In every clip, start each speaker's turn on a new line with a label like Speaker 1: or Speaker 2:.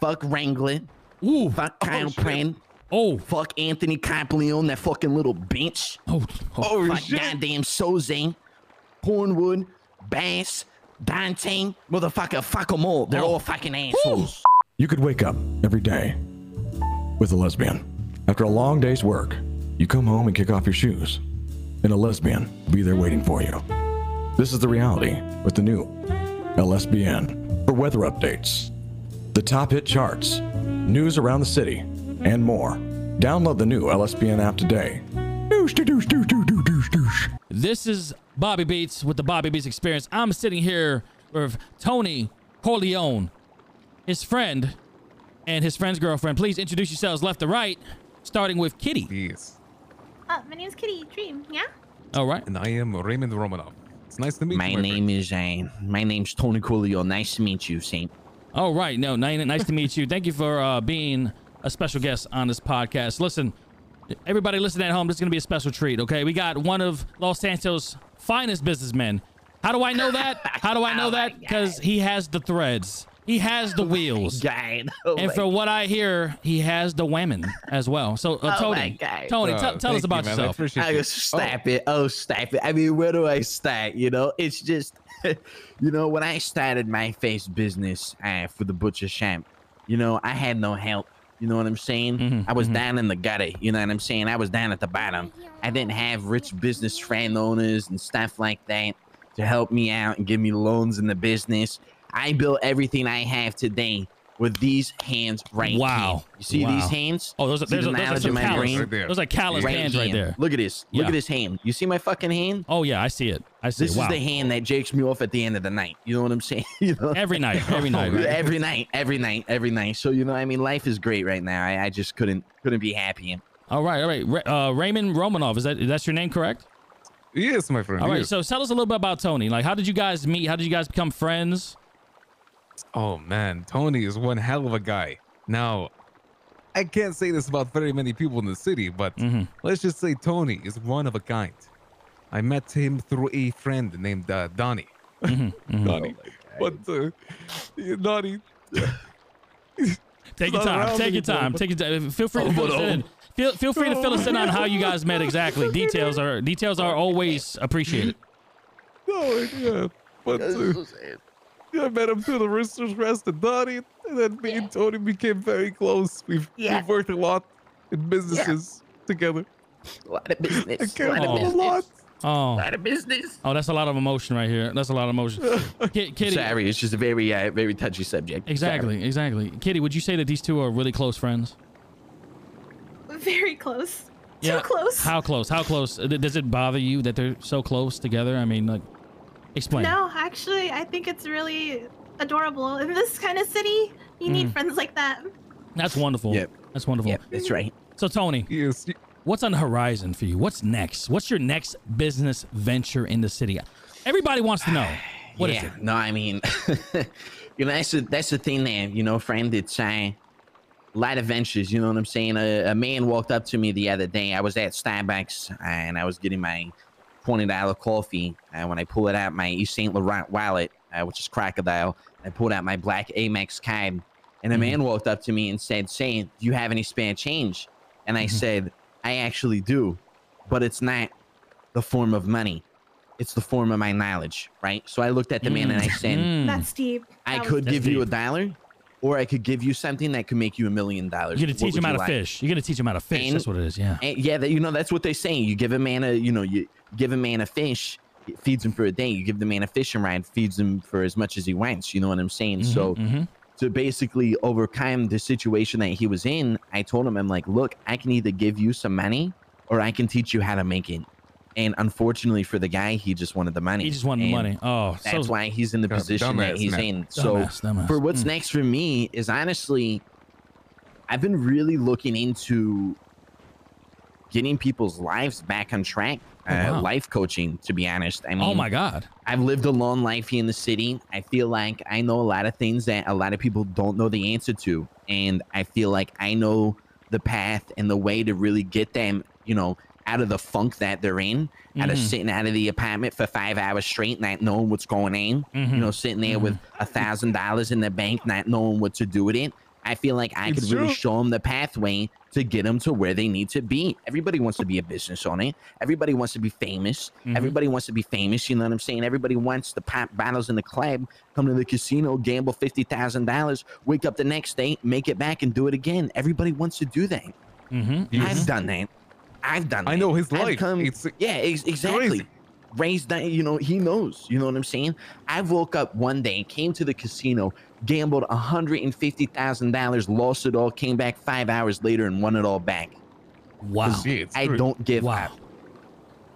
Speaker 1: Fuck Wrangler.
Speaker 2: Ooh.
Speaker 1: Fuck
Speaker 2: Oh,
Speaker 1: Kyle
Speaker 2: shit.
Speaker 1: Pran.
Speaker 2: Oh.
Speaker 1: Fuck Anthony Capleon, that fucking little bitch.
Speaker 2: Oh. oh.
Speaker 1: Fuck
Speaker 3: shit.
Speaker 1: goddamn Sozane, Hornwood, Bass, Dante, motherfucker, fuck them all. They're all fucking assholes.
Speaker 4: You could wake up every day with a lesbian. After a long day's work, you come home and kick off your shoes, and a lesbian will be there waiting for you. This is the reality with the new LSBN for weather updates, the top hit charts, news around the city, and more. Download the new LSBN app today. Doosh, doo, doosh, doo, doo, doo, doosh, doosh.
Speaker 2: This is Bobby Beats with the Bobby Beats Experience. I'm sitting here with Tony Corleone, his friend, and his friend's girlfriend. Please introduce yourselves left to right, starting with Kitty.
Speaker 3: Yes.
Speaker 5: Uh, my name's Kitty Dream, yeah?
Speaker 2: All right.
Speaker 3: And I am Raymond Romanov. It's nice to meet
Speaker 1: My
Speaker 3: you. friend.
Speaker 1: name is uh, my name's Tony Coolio. Nice to meet you, Saint.
Speaker 2: All right. No, ni- nice to meet you. Thank you for uh, being a special guest on this podcast. Listen, everybody listening at home, this is going to be a special treat, okay? We got one of Los Santos' finest businessmen. How do I know that? How do I know
Speaker 1: Oh my
Speaker 2: that? Because he has the threads, he has the wheels.
Speaker 1: God. Oh
Speaker 2: And
Speaker 1: my-
Speaker 2: from what I hear, he has the women as well. So, uh,
Speaker 1: Oh my
Speaker 2: Tony,
Speaker 1: God.
Speaker 2: Tony,
Speaker 3: Oh,
Speaker 2: tell tell us
Speaker 3: thank
Speaker 2: about
Speaker 3: you, man. I
Speaker 2: yourself.
Speaker 3: appreciate
Speaker 1: I
Speaker 3: you.
Speaker 1: just snap it. Oh, snap it. I mean, where do I start? You know, it's just, you know, when I started my face business uh, for the butcher shop, you know, I had no help. You know what I'm saying?
Speaker 2: Mhm,
Speaker 1: I was down in the gutter. You know what I'm saying? I was down at the bottom. I didn't have rich business friend owners and stuff like that to help me out and give me loans in the business. I built everything I have today with these hands right
Speaker 2: Wow.
Speaker 1: here. You see
Speaker 2: Wow.
Speaker 1: these hands?
Speaker 2: Oh, those are,
Speaker 1: See
Speaker 2: there's
Speaker 1: the
Speaker 2: a, those are
Speaker 1: knowledge
Speaker 2: some
Speaker 1: in my
Speaker 2: callous.
Speaker 1: brain?
Speaker 3: Right there.
Speaker 2: Those are callous hands right
Speaker 1: hand.
Speaker 2: there.
Speaker 1: Look at this. Look
Speaker 2: Yeah.
Speaker 1: at this hand. You see my fucking hand?
Speaker 2: Oh, yeah, I see it. I see
Speaker 1: This
Speaker 2: it. Wow.
Speaker 1: is the hand that jakes me off at the end of the night. You know what I'm saying? You know?
Speaker 2: every night, every night.
Speaker 1: Yeah,
Speaker 2: right?
Speaker 1: every night, every night, every night. So you know, I mean, life is great right now. I, I just couldn't couldn't be happy.
Speaker 2: All right, all right. Ra- Uh, Raymond Romanov, is that that's your name correct?
Speaker 3: Yes, my friend.
Speaker 2: All right.
Speaker 3: yes.
Speaker 2: So tell us a little bit about Tony. Like, how did you guys meet? How did you guys become friends?
Speaker 3: Oh man, Tony is one hell of a guy. Now, I can't say this about very many people in the city, but
Speaker 2: Mhm.
Speaker 3: let's just say Tony is one of a kind. I met him through a friend named uh, Donnie.
Speaker 2: Mm-hmm.
Speaker 3: Donnie,
Speaker 1: Oh,
Speaker 3: but uh, yeah, Donnie,
Speaker 2: Take your
Speaker 3: Not
Speaker 2: time. Take
Speaker 3: around
Speaker 2: your
Speaker 3: anymore,
Speaker 2: time.
Speaker 3: but-
Speaker 2: Take your time. Feel free to fill us in. Feel, feel free to fill us in on how you guys met exactly. Details are details are always appreciated.
Speaker 3: no, yeah, but uh, I met him through the Roosters Rest and Donnie, and then me and Tony became very close. We've,
Speaker 1: Yeah.
Speaker 3: we've worked a lot in businesses together.
Speaker 1: A lot of
Speaker 3: I
Speaker 1: business. A
Speaker 3: care
Speaker 1: lot
Speaker 2: Oh.
Speaker 1: of
Speaker 3: a
Speaker 1: business.
Speaker 3: lot.
Speaker 2: Oh,
Speaker 1: lot of business.
Speaker 2: oh, that's a lot of emotion right here. That's a lot of emotion. Ki- Kitty,
Speaker 1: Sorry, it's just a very uh, very touchy subject.
Speaker 2: exactly, exactly. Kitty, would you say that these two are really close friends?
Speaker 5: Very close.
Speaker 2: Yeah.
Speaker 5: Too close.
Speaker 2: How close? How close? Uh, th- Does it bother you that they're so close together? I mean, like, explain.
Speaker 5: no, actually, I think it's really adorable. In this kind of city, you
Speaker 2: Hmm.
Speaker 5: need friends like that.
Speaker 2: That's wonderful.
Speaker 1: Yep.
Speaker 2: That's wonderful.
Speaker 1: Yep, that's right.
Speaker 2: So Tony,
Speaker 3: Yes, y-
Speaker 2: what's on the horizon for you? What's next? What's your next business venture in the city? Everybody wants to know. What is
Speaker 1: yeah,
Speaker 2: it?
Speaker 1: no, I mean, you know, that's the that's the thing there, you know, friend. It's uh, light adventures. You know what I'm saying? A, a man walked up to me the other day. I was at Starbucks and I was getting my twenty dollar coffee. And when I pulled it out, my East Saint Laurent wallet, uh, which is crocodile, I pulled out my black Amex card, and a
Speaker 2: Mm-hmm.
Speaker 1: man walked up to me and said, "Saint, do you have any spare change?" And
Speaker 2: Mm-hmm.
Speaker 1: I said, "I actually do, but it's not the form of money." It's the form of my knowledge, right? So I looked at the man and I said,
Speaker 2: Mm.
Speaker 5: That's deep.
Speaker 1: I
Speaker 5: That was
Speaker 1: could
Speaker 5: deep.
Speaker 1: give you a dollar, or I could give you something that could make you a million dollars.
Speaker 2: You're gonna
Speaker 1: What
Speaker 2: teach him
Speaker 1: would
Speaker 2: how
Speaker 1: you
Speaker 2: to
Speaker 1: like?
Speaker 2: fish. You're gonna teach him how to fish.
Speaker 1: And-
Speaker 2: That's what it is. Yeah.
Speaker 1: And yeah, that you know that's what they're saying. You give a man a you know you give a man a fish, it feeds him for a day. You give the man a fishing rod, feeds him for as much as he wants. You know what I'm saying? So
Speaker 2: Mhm.
Speaker 1: to basically overcome the situation that he was in, I told him I'm like, look, I can either give you some money, or I can teach you how to make it. And unfortunately for the guy, he just wanted the money.
Speaker 2: he just wanted
Speaker 1: And
Speaker 2: the money. Oh,
Speaker 1: That's
Speaker 2: so
Speaker 1: why he's in the
Speaker 3: Kind of
Speaker 1: position that
Speaker 3: dumbass
Speaker 1: he's
Speaker 3: man.
Speaker 1: in. So
Speaker 2: dumbass, dumbass.
Speaker 1: for what's
Speaker 2: Mm.
Speaker 1: next for me is honestly i've been really looking into getting people's lives back on track
Speaker 2: Oh,
Speaker 1: uh,
Speaker 2: wow.
Speaker 1: life coaching to be honest i mean
Speaker 2: Oh my God.
Speaker 1: i've lived a long life here in the city i feel like i know a lot of things that a lot of people don't know the answer to and i feel like i know the path and the way to really get them you know out of the funk that they're in out of
Speaker 2: Mhm.
Speaker 1: sitting out of the apartment for five hours straight not knowing what's going on
Speaker 2: Mhm.
Speaker 1: you know, sitting there with a thousand dollars in the bank, not knowing what to do with it. I feel like I
Speaker 3: It's
Speaker 1: could really
Speaker 3: true.
Speaker 1: show them the pathway to get them to where they need to be. Everybody wants to be a business owner. Everybody wants to be famous.
Speaker 3: Mm-hmm.
Speaker 1: Everybody wants to be famous. You know what I'm saying? Everybody wants to pop bottles in the club, come to the casino, gamble fifty thousand dollars, wake up the next day, make it back, and do it again. Everybody wants to do that.
Speaker 2: Mm-hmm.
Speaker 1: I've done that. I've done.
Speaker 3: I
Speaker 1: that.
Speaker 3: know his
Speaker 1: I've
Speaker 3: life.
Speaker 1: come-
Speaker 3: It's-
Speaker 1: yeah, ex- exactly.
Speaker 3: crazy.
Speaker 1: Raised that, you know, he knows. You know what I'm saying? I woke up one day, came to the casino, gambled hundred and fifty thousand dollars, lost it all, came back five hours later, and won it all back.
Speaker 2: Wow.
Speaker 3: Shit, it's
Speaker 1: I
Speaker 3: true.
Speaker 1: don't give
Speaker 2: Wow.
Speaker 1: up.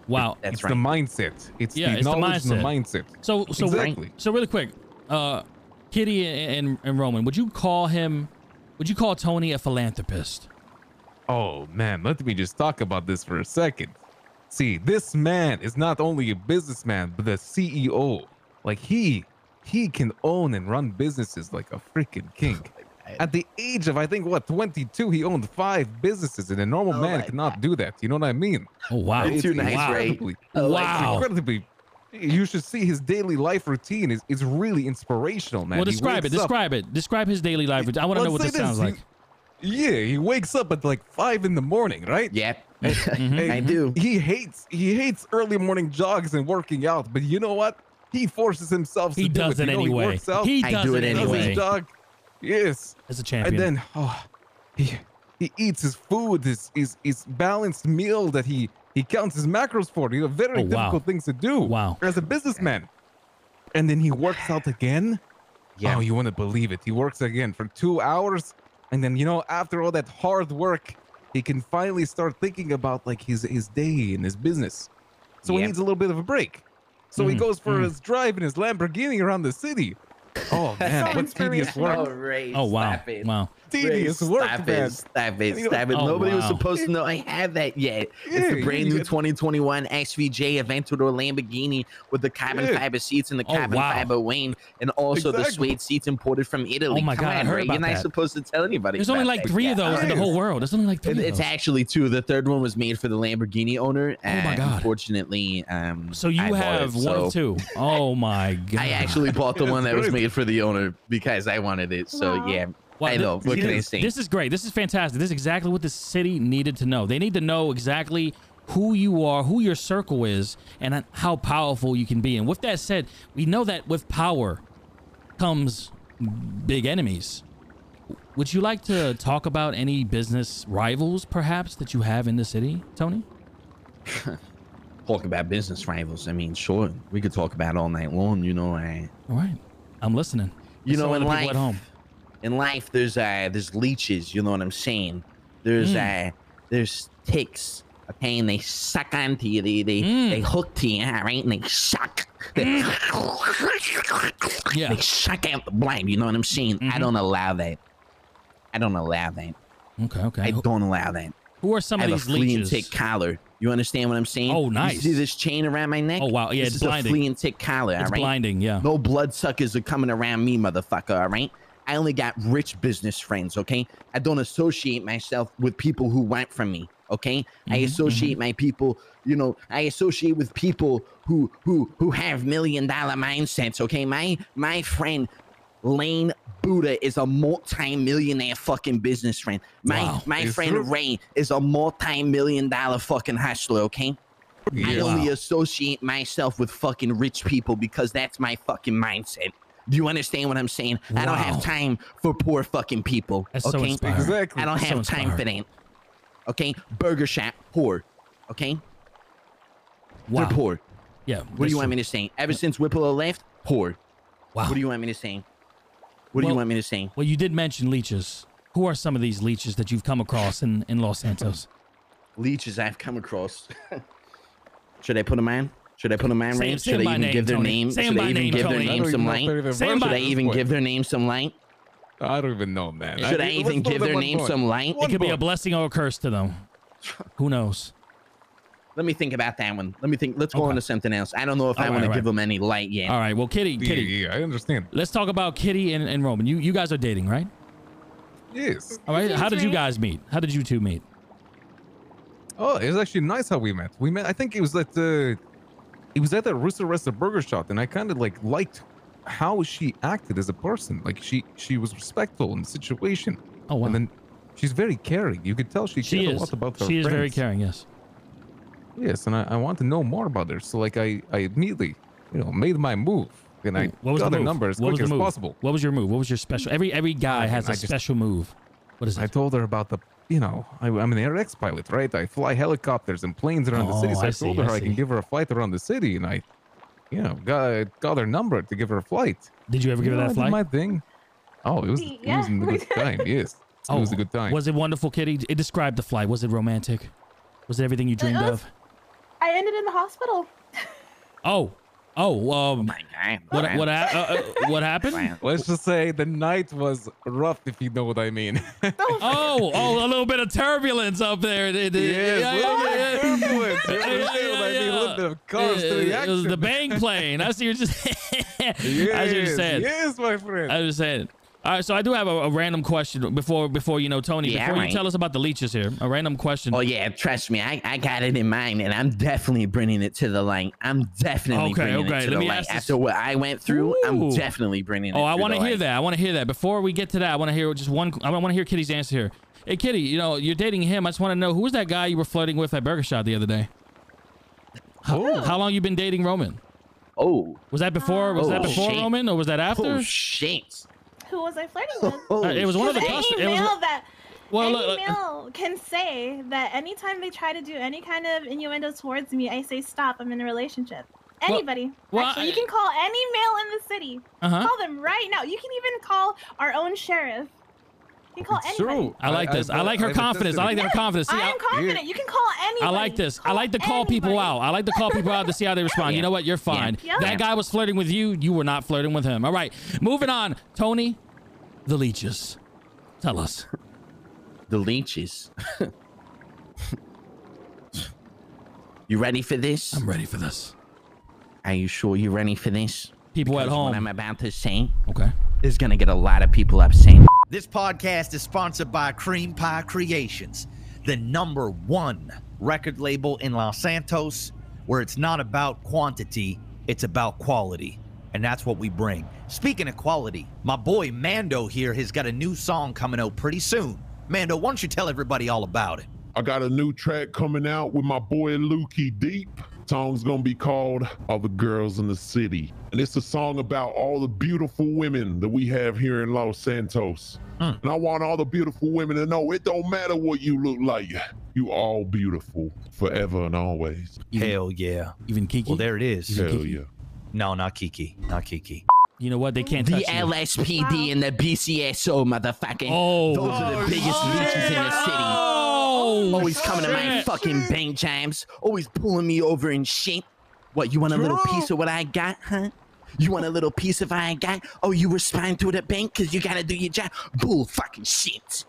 Speaker 2: Wow.
Speaker 1: That's
Speaker 3: It's
Speaker 1: right.
Speaker 3: the mindset. It's
Speaker 2: Yeah,
Speaker 3: the
Speaker 2: it's the
Speaker 3: knowledge and the mindset.
Speaker 2: So so
Speaker 3: Exactly.
Speaker 2: so really quick, uh, Kitty and, and, and Roman, would you call him? Would you call Tony a philanthropist?
Speaker 3: Oh man, let me just talk about this for a second. See, this man is not only a businessman, but the CEO. Like he he can own and run businesses like a freaking king. At the age of I think what 22, he owned five businesses, and a normal
Speaker 1: Oh
Speaker 3: man
Speaker 1: my
Speaker 3: cannot do that. You know what I mean?
Speaker 2: Oh wow.
Speaker 1: It's too nice,
Speaker 2: wow.
Speaker 1: right?
Speaker 3: incredibly,
Speaker 1: Oh,
Speaker 3: it's
Speaker 2: Wow.
Speaker 3: incredibly. You should see his daily life routine is it's really inspirational, man.
Speaker 2: Well,
Speaker 3: He
Speaker 2: describe it.
Speaker 3: wakes up-
Speaker 2: Describe it. Describe his daily life. I want to know
Speaker 3: Let's
Speaker 2: what
Speaker 3: say
Speaker 2: this sounds like.
Speaker 3: He, yeah, he wakes up at like five in the morning, right?
Speaker 1: Yep,
Speaker 2: Mm-hmm.
Speaker 1: I do.
Speaker 3: He hates he hates early morning jogs and working out, but you know what? He forces himself.
Speaker 2: He
Speaker 3: to do
Speaker 2: does it
Speaker 3: You know, He
Speaker 2: anyway.
Speaker 3: works out.
Speaker 2: He
Speaker 1: I
Speaker 2: does
Speaker 1: do
Speaker 2: it
Speaker 1: it
Speaker 3: does
Speaker 2: anyway.
Speaker 3: his jog. Yes,
Speaker 2: As a champion.
Speaker 3: and then oh, he he eats his food, his his his balanced meal that he he counts his macros for. You know, very
Speaker 2: Oh, wow.
Speaker 3: difficult things to do.
Speaker 2: Wow.
Speaker 3: as a businessman, and then he works out again.
Speaker 1: Yeah.
Speaker 3: Oh, you wouldn't believe it. He works again for two hours. And then, you know, after all that hard work, he can finally start thinking about like his, his day and his business. So he
Speaker 1: Yep.
Speaker 3: needs a little bit of a break. So he
Speaker 1: Mm,
Speaker 2: Mhm,
Speaker 3: goes for
Speaker 2: mhm.
Speaker 3: his drive in his Lamborghini around the city. Oh, man, what tedious work.
Speaker 1: Ray,
Speaker 2: oh wow.
Speaker 1: stop it.
Speaker 2: Wow.
Speaker 1: Ray,
Speaker 3: Tedious work,
Speaker 1: stop
Speaker 3: man.
Speaker 1: it, stop it,
Speaker 3: You know-
Speaker 1: stop it.
Speaker 2: Oh,
Speaker 1: Nobody was
Speaker 2: wow.
Speaker 1: supposed to know I have that yet. it's the
Speaker 3: Yeah,
Speaker 1: brand
Speaker 3: you
Speaker 1: new
Speaker 3: get-
Speaker 1: 2021 XVJ Aventador Lamborghini with the carbon
Speaker 3: Yeah.
Speaker 1: fiber seats and the
Speaker 2: Oh,
Speaker 1: carbon
Speaker 2: wow.
Speaker 1: fiber wing, and also the
Speaker 3: Exactly.
Speaker 1: suede seats imported from Italy.
Speaker 2: Oh my
Speaker 1: Come
Speaker 2: God, I
Speaker 1: on,
Speaker 2: heard
Speaker 1: Ray,
Speaker 2: about
Speaker 1: you're not
Speaker 2: that.
Speaker 1: supposed to tell anybody.
Speaker 2: There's only
Speaker 1: about
Speaker 2: like
Speaker 1: that.
Speaker 2: three of
Speaker 1: Yeah,
Speaker 2: those in the
Speaker 3: Nice.
Speaker 2: whole world. There's only like three.
Speaker 1: it-
Speaker 2: of
Speaker 1: It's
Speaker 2: those.
Speaker 1: actually two. The third one was made for the Lamborghini owner.
Speaker 2: Oh my
Speaker 1: and
Speaker 2: God.
Speaker 1: Unfortunately, um,
Speaker 2: So you
Speaker 1: I bought
Speaker 2: have
Speaker 1: it,
Speaker 2: one
Speaker 1: so
Speaker 2: of two. Oh my god.
Speaker 1: I actually bought the one that was
Speaker 3: Good.
Speaker 1: made for the owner because I wanted it. So
Speaker 5: Wow.
Speaker 1: yeah,
Speaker 2: Wow,
Speaker 1: I
Speaker 2: thi-
Speaker 1: know. What can I
Speaker 2: this,
Speaker 1: say?
Speaker 2: this is great. This is fantastic. This is exactly what the city needed to know. They need to know exactly who you are, who your circle is, and on- how powerful you can be. And with that said, we know that with power comes big enemies. Would you like to talk about any business rivals, perhaps, that you have in the city, Tony?
Speaker 1: talk about business rivals. I mean, sure, we could talk about it all night long. You know, I,
Speaker 2: All right, I'm listening.
Speaker 1: You
Speaker 2: I saw
Speaker 1: know, in
Speaker 2: the people
Speaker 1: life-
Speaker 2: at home.
Speaker 1: in life, there's uh, there's leeches. You know what I'm saying? There's
Speaker 2: Hmm.
Speaker 1: uh, there's ticks. Okay, and they suck onto you. They they,
Speaker 2: Hmm.
Speaker 1: they hook to you, all right? And they suck. They,
Speaker 2: Yeah. Mm-hmm.
Speaker 1: they suck out the blood. You know what I'm saying? I don't allow that. I don't allow that.
Speaker 2: Okay, okay.
Speaker 1: I don't allow that.
Speaker 2: Who are some
Speaker 1: I
Speaker 2: of
Speaker 1: have a
Speaker 2: these
Speaker 1: flea and
Speaker 2: leeches?
Speaker 1: tick collar. You understand what I'm saying?
Speaker 2: Oh,
Speaker 1: You
Speaker 2: nice.
Speaker 1: see this chain around my neck?
Speaker 2: Oh, wow. Yeah,
Speaker 1: this is
Speaker 2: it's blinding.
Speaker 1: a flea and tick collar.
Speaker 2: It's
Speaker 1: all right?
Speaker 2: blinding, yeah.
Speaker 1: No bloodsuckers are coming around me, motherfucker. All right. I only got rich business friends. Okay. I don't associate myself with people who want from me. Okay.
Speaker 2: Mm-hmm,
Speaker 1: I associate my people. You know, I associate with people who who who have million dollar mindsets. Okay. My my friend Lane Buddha is a multi-millionaire fucking business friend. My
Speaker 2: Wow.
Speaker 1: my
Speaker 3: It's
Speaker 1: friend
Speaker 3: true.
Speaker 1: Ray is a multi-million dollar fucking hustler. Okay. I
Speaker 3: Yeah.
Speaker 1: only associate myself with fucking rich people because that's my fucking mindset. Do you understand what I'm saying? I don't
Speaker 2: Wow.
Speaker 1: have time for poor fucking people.
Speaker 2: That's so
Speaker 1: okay?
Speaker 2: inspiring.
Speaker 3: Exactly.
Speaker 1: I don't
Speaker 2: So
Speaker 1: have time for that. Okay? Burger shop, poor. Okay?
Speaker 2: Wow.
Speaker 1: They're poor.
Speaker 2: Yeah.
Speaker 1: What do you want me to say? Ever since Whipple left, poor.
Speaker 2: Wow.
Speaker 1: What do you want me to say? What do
Speaker 2: Well-
Speaker 1: you want me to say?
Speaker 2: Well, you did mention leeches. Who are some of these leeches that you've come across in, in Los Santos?
Speaker 1: Leeches I've come across. Should I put them on? Should I put them on,
Speaker 2: Say 'em-
Speaker 1: Ray?
Speaker 2: say
Speaker 1: Should
Speaker 2: 'em
Speaker 1: I
Speaker 2: by
Speaker 1: even
Speaker 2: name,
Speaker 1: give their
Speaker 2: Tony.
Speaker 1: name?
Speaker 2: Say 'em
Speaker 1: Should
Speaker 2: by
Speaker 1: I even
Speaker 2: name,
Speaker 1: give
Speaker 2: Tony.
Speaker 1: their
Speaker 2: I
Speaker 1: name some light?
Speaker 2: Same
Speaker 1: Should
Speaker 2: by-
Speaker 1: I even give their name some light?
Speaker 3: I don't even know, man.
Speaker 1: Should I
Speaker 3: let's
Speaker 1: even
Speaker 3: throw
Speaker 1: give
Speaker 3: them
Speaker 1: their
Speaker 3: one
Speaker 1: name
Speaker 3: point.
Speaker 1: some light? It
Speaker 2: It
Speaker 3: One
Speaker 2: could be a
Speaker 3: point.
Speaker 2: blessing or a curse to them. Who knows?
Speaker 1: Let me think about that one. Let me think. Let's go
Speaker 2: Okay.
Speaker 1: on to something else. I don't know if I
Speaker 2: Alright,
Speaker 1: want to
Speaker 2: alright.
Speaker 1: give them any light yet.
Speaker 2: All right. Well, Kitty,
Speaker 3: Yeah,
Speaker 2: Kitty,
Speaker 3: yeah, I understand.
Speaker 2: let's talk about Kitty and, and Roman. You you guys are dating, right?
Speaker 3: Yes.
Speaker 2: All right. How did
Speaker 5: Seems
Speaker 2: you
Speaker 5: right.
Speaker 2: guys meet? How did you two meet?
Speaker 3: Oh, it was actually nice how we met. We met. I think it was at uh, it was at that Rooster Resta Burger Shop, and I kind of like liked how she acted as a person. Like she she was respectful in the situation.
Speaker 2: Oh, wow.
Speaker 3: And then she's very caring. You could tell she,
Speaker 2: she
Speaker 3: cared
Speaker 2: is.
Speaker 3: a lot about her
Speaker 2: she is very
Speaker 3: friends.
Speaker 2: caring. Yes.
Speaker 3: Yes, and I, I want to know more about her. So like I I immediately you know made my move and I
Speaker 2: What was
Speaker 3: got
Speaker 2: the
Speaker 3: her
Speaker 2: move?
Speaker 3: number as
Speaker 2: what was
Speaker 3: quick
Speaker 2: the
Speaker 3: as
Speaker 2: move?
Speaker 3: possible.
Speaker 2: What was your move? What was your special? Every every guy
Speaker 3: Nothing,
Speaker 2: has a
Speaker 3: I just-
Speaker 2: special move. What is
Speaker 3: I
Speaker 2: it?
Speaker 3: told her about the you know I, I'm an air ex pilot, right? I fly helicopters and planes around the city.
Speaker 2: Oh,
Speaker 3: So
Speaker 2: I
Speaker 3: I,
Speaker 2: see,
Speaker 3: told
Speaker 2: I
Speaker 3: her I can
Speaker 2: see.
Speaker 3: give her a flight around the city, and I you know got got her number to give her a flight.
Speaker 2: Did you ever give her
Speaker 3: You know,
Speaker 2: that
Speaker 3: I did
Speaker 2: flight?
Speaker 3: My thing. Oh, it was it was
Speaker 5: Yeah.
Speaker 3: a good time. Yes, it
Speaker 2: Oh,
Speaker 3: was a good time.
Speaker 2: Was it wonderful, Kitty? It described the flight. Was it romantic? Was it everything you dreamed
Speaker 5: was-
Speaker 2: of?
Speaker 5: I ended in the hospital.
Speaker 2: Oh, oh. Um,
Speaker 1: My God.
Speaker 2: what
Speaker 1: man.
Speaker 2: what hap- uh, uh, what happened?
Speaker 1: Wow.
Speaker 3: Let's just say the night was rough, if you know what I mean.
Speaker 2: Oh, oh, a little bit of turbulence up there. It- it- yeah, yeah, yeah, yeah. Yeah, yeah, yeah, yeah. Yeah, it was the bang plane. I see you're just. I see what you're saying.
Speaker 3: Yes, my friend.
Speaker 2: I was saying. All right, so I do have a, a random question before before you know Tony.
Speaker 1: Yeah,
Speaker 2: before you
Speaker 1: right.
Speaker 2: tell us about the leeches here, a random question.
Speaker 1: Oh yeah, trust me, I, I got it in mind, and I'm definitely bringing it to the light. I'm definitely
Speaker 2: Okay,
Speaker 1: bringing
Speaker 2: okay,
Speaker 1: it to
Speaker 2: let
Speaker 1: the
Speaker 2: me
Speaker 1: light.
Speaker 2: ask this-
Speaker 1: After what I went through, I'm
Speaker 2: Ooh.
Speaker 1: definitely bringing it.
Speaker 2: Oh, I
Speaker 1: want to
Speaker 2: hear that. I want to hear that. Before we get to that, I want to hear just one. I want to hear Kitty's answer here. Hey, Kitty, you know you're dating him. I just want to know who was that guy you were flirting with at Burger Shot the other day. How, how long you been dating Roman?
Speaker 1: Oh,
Speaker 2: Was that before? Was that
Speaker 1: Oh,
Speaker 2: before
Speaker 1: shit.
Speaker 2: Roman, or was that after?
Speaker 1: oh shit!
Speaker 5: Who was I flirting with?
Speaker 1: Oh,
Speaker 2: Uh, it was one of the
Speaker 5: Any
Speaker 2: customers. It was,
Speaker 5: male that
Speaker 2: well,
Speaker 5: any
Speaker 2: look, look,
Speaker 5: male can say that anytime they try to do any kind of innuendo towards me, I say stop. I'm in a relationship. Anybody.
Speaker 2: well,
Speaker 5: Actually,
Speaker 2: I-
Speaker 5: you can call any male in the city.
Speaker 2: uh-huh.
Speaker 5: Call them right now. You can even call our own sheriff. You can call
Speaker 3: It's
Speaker 5: anybody.
Speaker 3: true.
Speaker 2: I like this. I, like her
Speaker 3: I've
Speaker 2: confidence. I like
Speaker 3: attested
Speaker 2: her confidence. See,
Speaker 5: Oh. I am confident. You can call anybody.
Speaker 2: I like this. I
Speaker 5: Call
Speaker 2: like to call people
Speaker 5: anybody.
Speaker 2: out. I like to call people out to see how they respond. You know what? You're fine.
Speaker 5: Yeah.
Speaker 2: That guy was flirting with you. You were not flirting with him. All right. Moving on. Tony, the leeches. Tell us.
Speaker 1: the leeches. you ready for this?
Speaker 2: I'm ready for this.
Speaker 1: Are you sure you're ready for this?
Speaker 2: People at
Speaker 1: Because What I'm
Speaker 2: home.
Speaker 1: about to say
Speaker 2: Okay.
Speaker 1: is gonna get a lot of people upset.
Speaker 6: This podcast is sponsored by Cream Pie Creations, the number one record label in Los Santos, where it's not about quantity, it's about quality. And that's what we bring. Speaking of quality, my boy Mando here has got a new song coming out pretty soon. Mando, why don't you tell everybody all about it?
Speaker 7: I got a new track coming out with my boy Lukey Deep. Song's gonna be called All the Girls in the City. And it's a song about all the beautiful women that we have here in Los Santos.
Speaker 6: Hmm.
Speaker 7: And I want all the beautiful women to know it don't matter what you look like. You all beautiful forever and always.
Speaker 6: Hell yeah.
Speaker 2: Even Kiki.
Speaker 6: Well, there it is.
Speaker 7: Hell yeah.
Speaker 6: No, not Kiki. Not Kiki.
Speaker 2: you know what? They can't
Speaker 1: The
Speaker 2: touch you.
Speaker 1: LSPD and the BCSO, motherfucking.
Speaker 2: Oh.
Speaker 1: those are the biggest leeches in the city.
Speaker 2: Oh.
Speaker 1: Always coming to my
Speaker 2: shit.
Speaker 1: fucking bank jams. Always pulling me over and shit. What, you want a little piece of what I got, huh? You want a little piece of what I got? Oh, you respond to the bank because you gotta do your job? Bull fucking shit.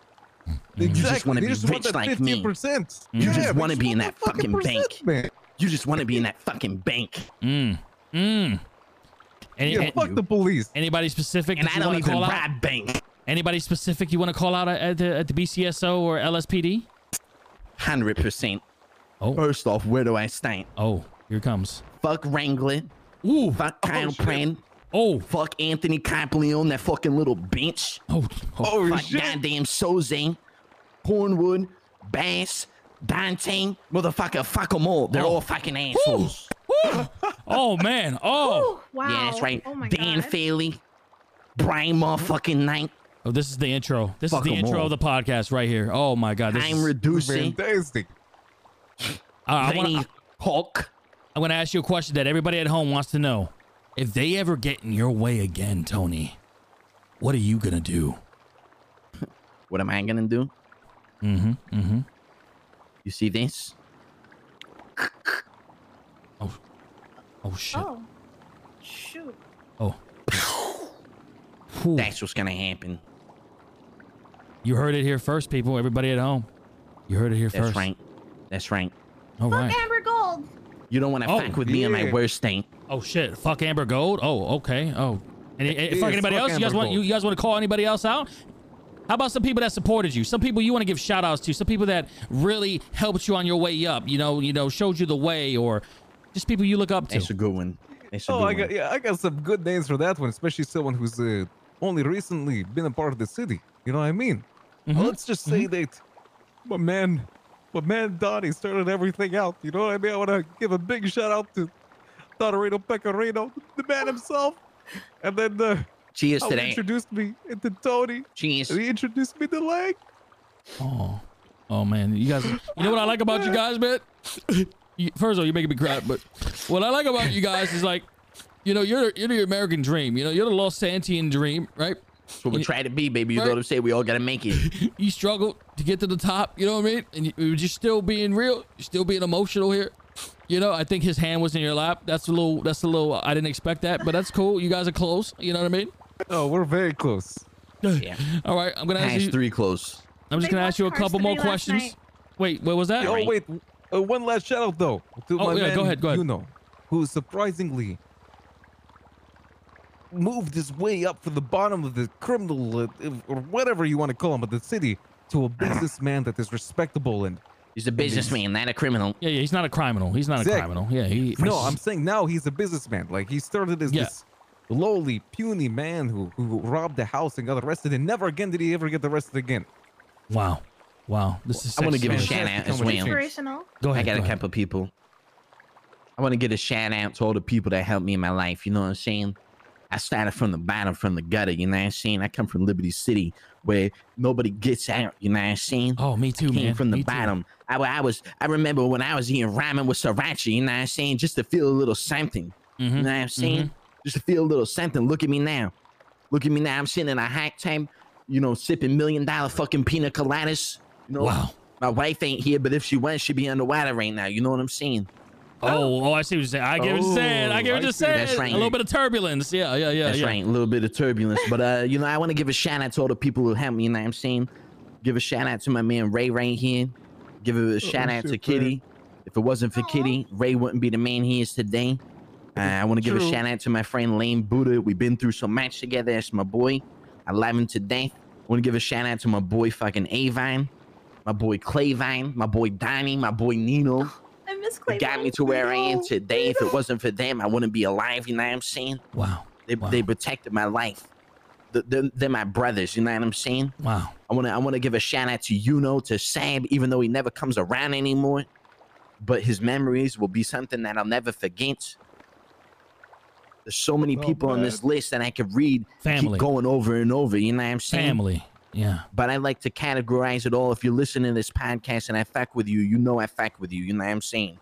Speaker 3: Exactly.
Speaker 1: just wanna
Speaker 3: They
Speaker 1: be
Speaker 3: want
Speaker 1: rich
Speaker 3: that
Speaker 1: like
Speaker 3: 15%.
Speaker 1: me. You
Speaker 3: Yeah,
Speaker 1: just
Speaker 3: they
Speaker 1: wanna be in
Speaker 3: want
Speaker 1: that fucking
Speaker 3: percent,
Speaker 1: bank.
Speaker 3: man.
Speaker 1: You just wanna be in that fucking bank.
Speaker 2: Mm. Mm. Any,
Speaker 3: Yeah,
Speaker 2: an-
Speaker 3: fuck the police.
Speaker 2: anybody specific
Speaker 1: And
Speaker 2: that
Speaker 1: I
Speaker 2: you
Speaker 1: don't
Speaker 2: want to
Speaker 1: even
Speaker 2: call out?
Speaker 1: rob bank.
Speaker 2: Anybody specific you want to call out at- at the, at the BCSO or LSPD?
Speaker 1: 100%.
Speaker 2: Oh.
Speaker 1: First off, where do I stand?
Speaker 2: Oh, here it comes.
Speaker 1: Fuck Wrangler.
Speaker 2: Ooh.
Speaker 1: Fuck Kyle
Speaker 3: shit.
Speaker 1: Pran.
Speaker 2: Oh.
Speaker 1: Fuck Anthony Caplione, that fucking little bitch.
Speaker 2: Oh. oh.
Speaker 1: Fuck goddamn Sozane, Hornwood, Bass, Dante, motherfucker, fuck them all. They're
Speaker 2: Oh.
Speaker 1: all fucking assholes.
Speaker 2: Oh, man. Oh.
Speaker 5: Ooh, wow.
Speaker 1: Yeah, that's right.
Speaker 5: Oh my
Speaker 1: Dan
Speaker 5: god.
Speaker 1: Feely, Brian motherfucking Knight,
Speaker 2: Oh, this is the intro. This
Speaker 1: Fuck
Speaker 2: is the
Speaker 1: 'em
Speaker 2: intro
Speaker 1: all.
Speaker 2: of the podcast right here. Oh my god. This
Speaker 1: I'm
Speaker 2: is,
Speaker 1: reducing,
Speaker 3: Fantastic.
Speaker 2: Uh, I
Speaker 1: Vinny,
Speaker 2: wanna,
Speaker 1: Hulk.
Speaker 2: I'm gonna ask you a question that everybody at home wants to know. If they ever get in your way again, Tony, what are you gonna do?
Speaker 1: What am I gonna do?
Speaker 2: Mm-hmm. Mm-hmm.
Speaker 1: You see this?
Speaker 2: Oh shit.
Speaker 5: Oh. Shoot.
Speaker 2: Oh. Whew.
Speaker 1: Oh. That's what's gonna happen.
Speaker 2: You heard it here first, people. Everybody at home. You heard it here
Speaker 1: That's
Speaker 2: first.
Speaker 1: right. That's right.
Speaker 2: All right.
Speaker 5: Fuck Amber Gold.
Speaker 1: You don't want to
Speaker 2: Oh,
Speaker 1: fuck with me on my
Speaker 3: yeah.
Speaker 1: worst thing.
Speaker 2: Oh shit! Fuck Amber Gold. Oh okay. Oh, and, and-
Speaker 3: is.
Speaker 2: fuck anybody
Speaker 3: Fuck
Speaker 2: else? you guys
Speaker 3: Amber
Speaker 2: want you,
Speaker 3: Gold.
Speaker 2: you guys want to call anybody else out? How about some people that supported you? Some people you want to give shout outs to? Some people that really helped you on your way up? You know, you know, showed you the way, or just people you look up to?
Speaker 1: That's a good one. That's a
Speaker 3: Oh,
Speaker 1: good
Speaker 3: I got
Speaker 1: one.
Speaker 3: yeah, I got some good names for that one, especially someone who's uh, only recently been a part of the city. You know what I mean?
Speaker 1: Mm-hmm.
Speaker 2: Mhm.
Speaker 3: Let's just say that my man, my man Donnie started everything out. You know what I mean? I want to give a big shout out to Donorino Pecorino, the man himself, and then uh,
Speaker 1: Cheers
Speaker 2: Oh,
Speaker 3: how
Speaker 1: to
Speaker 3: he
Speaker 1: that.
Speaker 3: introduced me to Tony.
Speaker 1: Cheers.
Speaker 3: and He introduced me to Lang.
Speaker 2: Oh, oh man, you guys. You know what I like about you guys, man. You, first of all, you're making me cry. But what I like about you guys is like, you know, you're you're the American dream. You know, you're the Los Santian dream, right?
Speaker 1: That's what we try to be, baby. You
Speaker 2: Right.
Speaker 1: know what I'm saying? We all gotta make it.
Speaker 2: You struggled to get to the top. You know what I mean? And you, you're still being real. You're still being emotional here. You know, I think his hand was in your lap. That's a little. That's a little. I didn't expect that, but that's cool. You guys are close. You know what I mean?
Speaker 3: Oh, we're very close.
Speaker 1: Yeah.
Speaker 2: All right, I'm gonna ask
Speaker 1: Times
Speaker 2: you.
Speaker 1: three close.
Speaker 2: I'm just
Speaker 5: They
Speaker 2: gonna ask you a
Speaker 5: watched
Speaker 2: couple
Speaker 5: Cars
Speaker 2: more
Speaker 5: 3 last
Speaker 2: questions.
Speaker 5: night.
Speaker 2: Wait, what was that?
Speaker 3: Oh
Speaker 1: right.
Speaker 3: wait, uh, one last shout out though to
Speaker 2: Oh,
Speaker 3: my
Speaker 2: yeah,
Speaker 3: man,
Speaker 2: go ahead, go ahead.
Speaker 3: you know, who surprisingly moved his way up from the bottom of the criminal uh, or whatever you want to call him, but the city to a businessman that is respectable and
Speaker 1: He's a businessman, not a criminal.
Speaker 2: Yeah, yeah, he's not a criminal. He's not
Speaker 3: Exactly.
Speaker 2: a criminal. Yeah, he.
Speaker 3: no, I'm saying now he's a businessman. Like he started as
Speaker 2: Yeah.
Speaker 3: this lowly, puny man who who robbed a house and got arrested, and never again did he ever get arrested again.
Speaker 2: Wow, wow. This is.
Speaker 1: I wanna
Speaker 2: sex
Speaker 1: give a
Speaker 2: story.
Speaker 1: shout out as well.
Speaker 5: Inspirational.
Speaker 2: Go
Speaker 1: I
Speaker 2: ahead.
Speaker 1: got
Speaker 2: go
Speaker 1: a
Speaker 2: ahead.
Speaker 1: couple people. I want to get a shout out to all the people that helped me in my life. You know what I'm saying? I started from the bottom, from the gutter. You know what I'm saying? I come from Liberty City where nobody gets out. You know what I'm saying?
Speaker 2: Oh, me too,
Speaker 1: came
Speaker 2: man.
Speaker 1: from the
Speaker 2: Me too.
Speaker 1: bottom. I, wa- I was I remember when I was eating ramen with sriracha, you know what I'm saying? Just to feel a little something. You
Speaker 2: Mhm,
Speaker 1: know what I'm saying? Just to feel a little something. Look at me now. Look at me now. I'm sitting in a high time, you know, sipping million dollar fucking pina coladas. You know,
Speaker 2: Wow.
Speaker 1: my wife ain't here, but if she went, she'd be underwater right now. You know what I'm saying?
Speaker 2: Oh, oh, I see what you're saying. I get what you're saying. I
Speaker 3: Oh,
Speaker 2: get what
Speaker 3: I
Speaker 2: you're
Speaker 3: see.
Speaker 2: saying.
Speaker 1: That's right.
Speaker 2: A little bit of turbulence. Yeah, yeah, yeah.
Speaker 1: That's
Speaker 2: yeah.
Speaker 1: right. A little bit of turbulence. But uh, you know, I want to give a shout out to all the people who helped me, you know what I'm saying? Give a shout out to my man Ray right here. Give a shout out to
Speaker 3: Oh, shit,
Speaker 1: Kitty. If it wasn't for
Speaker 5: Aw.
Speaker 1: Kitty, Ray wouldn't be the man he is today. Uh, I want to give a
Speaker 3: True.
Speaker 1: shout out to my friend Lane Buddha. We've been through so much together. That's my boy. I love him to death. I want to give a shout out to my boy fucking Avine, my boy Clayvine, my boy Donnie, my boy Nino.
Speaker 5: I miss
Speaker 1: They
Speaker 5: Clay.
Speaker 1: got me to where I am today. If it wasn't for them, I wouldn't be alive. You know what I'm saying?
Speaker 2: Wow.
Speaker 1: They,
Speaker 2: Wow.
Speaker 1: they protected my life. Th- They're, they're my brothers. You know what I'm saying?
Speaker 2: Wow.
Speaker 1: I want to I want to give a shout out to Yuno to Sam, even though he never comes around anymore. But his memories will be something that I'll never forget. There's so many
Speaker 3: Oh,
Speaker 1: people on this list that I could read,
Speaker 2: Family.
Speaker 1: keep going over and over. You know what I'm saying?
Speaker 2: Family. Yeah.
Speaker 1: But I like to categorize it all. If you're listening to this podcast and I fuck with you, you know I fuck with you. You know what I'm saying?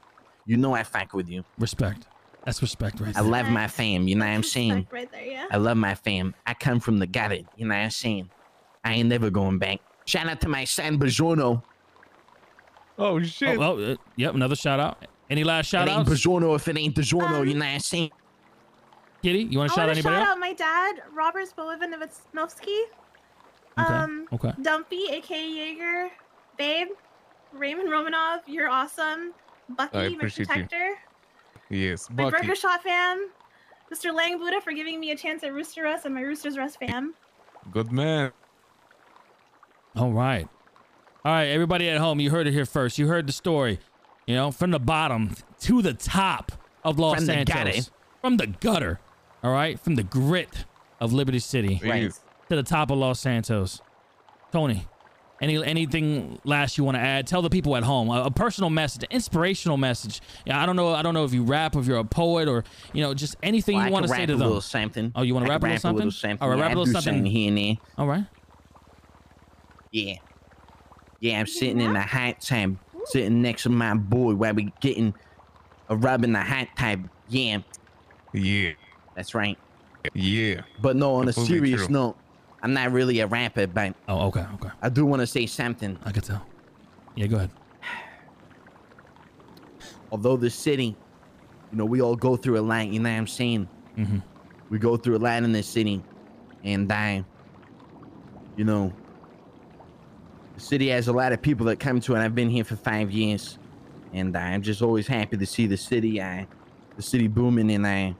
Speaker 1: You know I fuck with you.
Speaker 2: Respect. That's respect, right?
Speaker 1: I
Speaker 2: there.
Speaker 1: love my fam. You know what I'm saying?
Speaker 5: Right there, yeah.
Speaker 1: I love my fam. I come from the gutter. You know what I'm saying? I ain't never going back. Shout out to my son Bajorno.
Speaker 3: Oh shit!
Speaker 2: Oh, oh, uh, yep. Another shout out. Any last shout
Speaker 1: It ain't
Speaker 2: outs?
Speaker 1: Bajorno if it ain't DiGiorno. you know what I'm saying?
Speaker 2: Kitty, you want to shout
Speaker 5: I
Speaker 2: out
Speaker 5: want to
Speaker 2: anybody?
Speaker 5: shout
Speaker 2: else?
Speaker 5: out my dad, Robert Spolevinovitsnovsky, um,
Speaker 2: okay. Okay.
Speaker 5: Dumpy, aka Jaeger, Babe, Raymond Romanov, you're awesome, Bucky,
Speaker 3: I
Speaker 5: my
Speaker 3: appreciate you.
Speaker 5: protector,
Speaker 3: yes,
Speaker 5: my
Speaker 3: Bucky.
Speaker 5: Burger Shot fam, Mr. Lang Buddha for giving me a chance at Rooster Rest and my Rooster's Rest fam.
Speaker 3: Good man.
Speaker 2: All right. All right, everybody at home, you heard it here first. You heard the story, you know, from the bottom to the top of Los
Speaker 1: From the
Speaker 2: Santos.
Speaker 1: gutter.
Speaker 2: From the gutter. All right, from the grit of Liberty City
Speaker 1: Right.
Speaker 3: Yes.
Speaker 2: to the top of Los Santos. Tony, any anything last you want to add? Tell the people at home a, a personal message, an inspirational message. Yeah, I don't know, I don't know if you rap, if you're a poet, or you know, just anything
Speaker 1: Well, I
Speaker 2: you want to
Speaker 1: can
Speaker 2: say
Speaker 1: rap
Speaker 2: to
Speaker 1: a
Speaker 2: them.
Speaker 1: little something.
Speaker 2: Oh, you wanna
Speaker 1: I
Speaker 2: rap
Speaker 1: can
Speaker 2: a little something?
Speaker 1: something?
Speaker 2: All right,
Speaker 1: Yeah,
Speaker 2: rap a
Speaker 1: I
Speaker 2: little
Speaker 1: do
Speaker 2: something.
Speaker 1: here and there.
Speaker 2: All right.
Speaker 1: Yeah. Yeah, I'm
Speaker 5: can
Speaker 1: sitting in the hot tub, sitting next to my boy while we getting a rub in the hot tub. Yeah,
Speaker 3: Yeah.
Speaker 1: that's right.
Speaker 3: Yeah.
Speaker 1: But no, on a
Speaker 3: Completely
Speaker 1: serious
Speaker 3: true.
Speaker 1: note, I'm not really a rapper, but
Speaker 2: Oh, okay, okay.
Speaker 1: I do want to say something.
Speaker 2: I could tell. Yeah, go ahead.
Speaker 1: although the city, you know, we all go through a lot, you know what I'm saying?
Speaker 2: Mhm.
Speaker 1: We go through a lot in this city and I, you know, the city has a lot of people that come to it. I've been here for five years and I'm just always happy to see the city, I, the city booming and I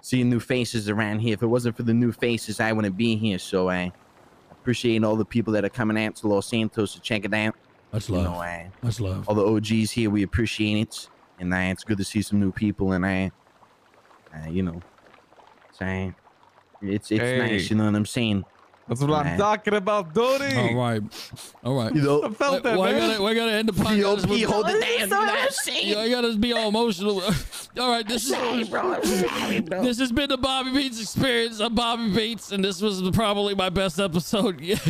Speaker 1: see new faces around here. If it wasn't for the new faces, I wouldn't be here. So I appreciate all the people that are coming out to Los Santos to check it out.
Speaker 2: Much
Speaker 1: You
Speaker 2: love.
Speaker 1: know, I,
Speaker 2: Much love.
Speaker 1: all the OGs here. We appreciate it, and uh, it's good to see some new people. And I, I, Uh, you know, saying it's it's
Speaker 3: Hey.
Speaker 1: nice. You know what I'm saying?
Speaker 3: That's what I'm
Speaker 1: Man.
Speaker 3: talking about, Dory.
Speaker 2: All right. All right.
Speaker 1: You know,
Speaker 3: I felt that,
Speaker 2: Oh, why,
Speaker 3: man.
Speaker 2: gotta, why gotta end Oh, the podcast? with-
Speaker 1: hold
Speaker 5: Oh,
Speaker 1: it down. You know what I'm
Speaker 2: you
Speaker 1: saying?
Speaker 2: know, you gotta be all emotional. all right. This
Speaker 1: Sorry,
Speaker 2: is.
Speaker 1: bro. I'm sorry, bro.
Speaker 2: This has been the Bobby Beats experience. I'm Bobby Beats, and this was probably my best episode. Yeah.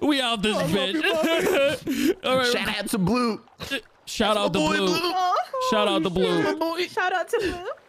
Speaker 2: we out this bitch. All right,
Speaker 1: Oh, Shout out to Blue.
Speaker 2: shout out the
Speaker 1: boy
Speaker 2: blue.
Speaker 1: Blue.
Speaker 5: Oh.
Speaker 2: Shout out the blue.
Speaker 5: Shout out to Blue.